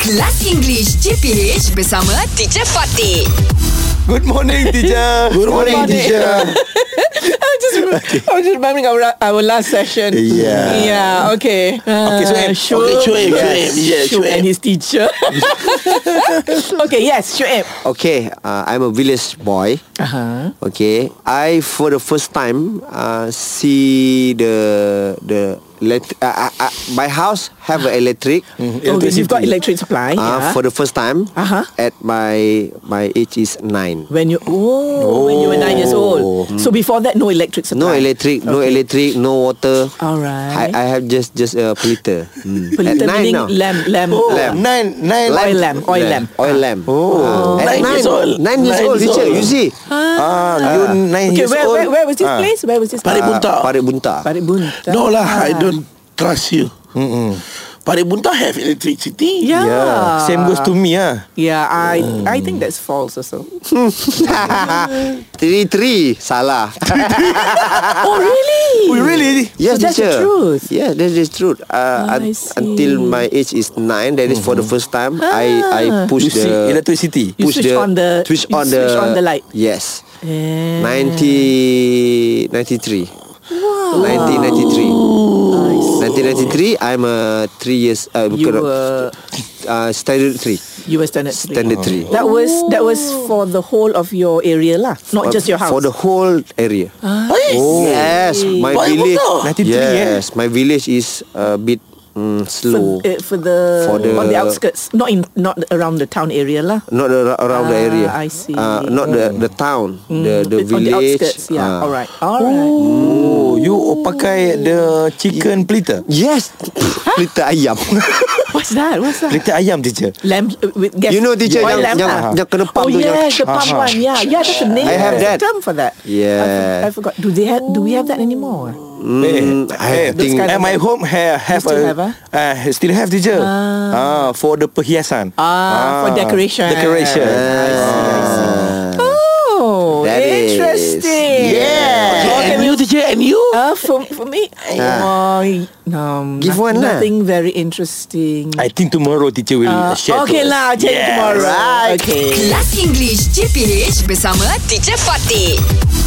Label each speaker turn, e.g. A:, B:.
A: Kelas English CPH bersama Teacher Fatih.
B: Good morning, teacher.
C: Good morning,
D: morning.
C: teacher.
D: I just, I was Oh, just remembering our, our last session.
C: Yeah.
D: Yeah, okay.
B: Okay,
C: Okay,
D: Shuib.
B: Shuib.
C: Shuib, Shuib,
D: Yes.
C: yeah,
D: Shuib
C: Shuib.
D: And his teacher. okay, yes, Shuib.
C: okay, uh, I'm a village boy.
D: Uh-huh.
C: Okay, I for the first time uh, see the the let uh, uh, uh, my house have a electric.
D: Oh, you've got electric supply.
C: Uh,
D: yeah.
C: For the first time
D: Uh-huh.
C: at my my age is nine.
D: when you oh, when you were nine years old. So before that, no electric supply.
C: No electric, no
D: Okay.
C: electric, no water.
D: Alright.
C: I, I have just just a politer.
D: Politer
C: At nine
D: meaning
C: now.
D: lamp, lamp.
B: Oh,
C: Lamp.
B: nine, nine.
D: Oil lamp, oil lamp.
C: Oil lamp.
B: Oh.
C: Uh, at
B: Nine
C: nine
B: years old.
C: Nine years
B: Nine
C: old,
B: years
C: teacher.
B: old.
C: You see.
B: Ah, you nine
D: Okay,
B: years
D: where,
B: old.
D: where, where was this
B: Ah.
D: place? Where was this
E: Parit
D: place?
E: Bunta.
C: Parit Bunta.
D: Oh. Parit Bunta.
E: No lah, I
D: Ah.
E: don't trust you. Mm-mm. Parit Bunta have electricity.
D: Yeah.
B: Yeah. Same goes to me ah.
D: Yeah, I I think that's false also. Oh,
C: Three three salah.
D: oh really?
B: We really?
C: yes,
D: So that's the
C: teacher.
D: truth.
C: Yes, that is truth. Uh,
D: Ah,
C: un-
D: I see.
C: until my age is nine, that is for the first time I I push
B: You see
C: the
B: electricity.
D: You
C: push
D: switch
C: the,
D: on the-
C: switch
D: you
C: on the
D: switch on the light.
C: Yes,
D: Yeah.
C: 90 93. Wow. 1993. 1993. I'm a three years. Uh,
D: You
C: bukan,
D: were
C: uh, standard three.
D: you were standard three.
C: Standard three.
D: That was that was for the whole of your area lah, not just your house. Ah. Eh,
C: For the whole area.
E: Oh.
C: Yes, my
E: Baik
C: village.
E: betul.
B: 93, eh?
C: Yes, my village is a bit mm,
D: for,
C: slow.
D: uh, for the
C: For the-
D: on the outskirts, not in not around the town area lah.
C: Not ar- around the
D: Ah,
C: area.
D: I see.
C: Uh, not the the town, the the
D: on the
C: village.
D: outskirts, yeah.
C: ah.
D: all right, all right.
B: Oh, you pakai the chicken pleater.
C: Yes, pelita ayam.
D: What's that? What's that?
B: Pleater ayam teacher.
D: Lamp uh, with gas.
C: You know, teacher,
D: oil
C: yang-
D: lamp
C: yang-
D: lah.
C: yang kena pump
D: Oh
C: tu, yang-
D: yeah, the pump
B: Ah.
D: one. Yeah, yeah, that's a name.
C: I have
D: There's a
C: that.
D: term for that. I, for-
C: Yeah.
D: I forgot. Do they have? Do we have that anymore?
B: Mm,
C: I
B: I
C: think-
B: think at my home have, have
D: still
B: a,
D: have, ah?
B: uh, still have teacher. Ah, for the perhiasan.
D: Ah, for decoration. Ah.
B: Decoration.
C: Ah.
D: Oh,
C: That is-
D: interesting.
C: Yeah.
E: Okay,
D: Okay,
E: and
D: we
E: you teacher and you?
D: Uh, for, for me, I, um,
C: Ah. Give one lah.
D: nothing very interesting.
B: I think tomorrow teacher will
D: Uh,
B: share.
D: okay
B: to us.
D: lah, I'll check
B: Yes.
D: tomorrow.
C: Right.
D: Okay.
A: Kelas English CPH bersama Teacher Fatih.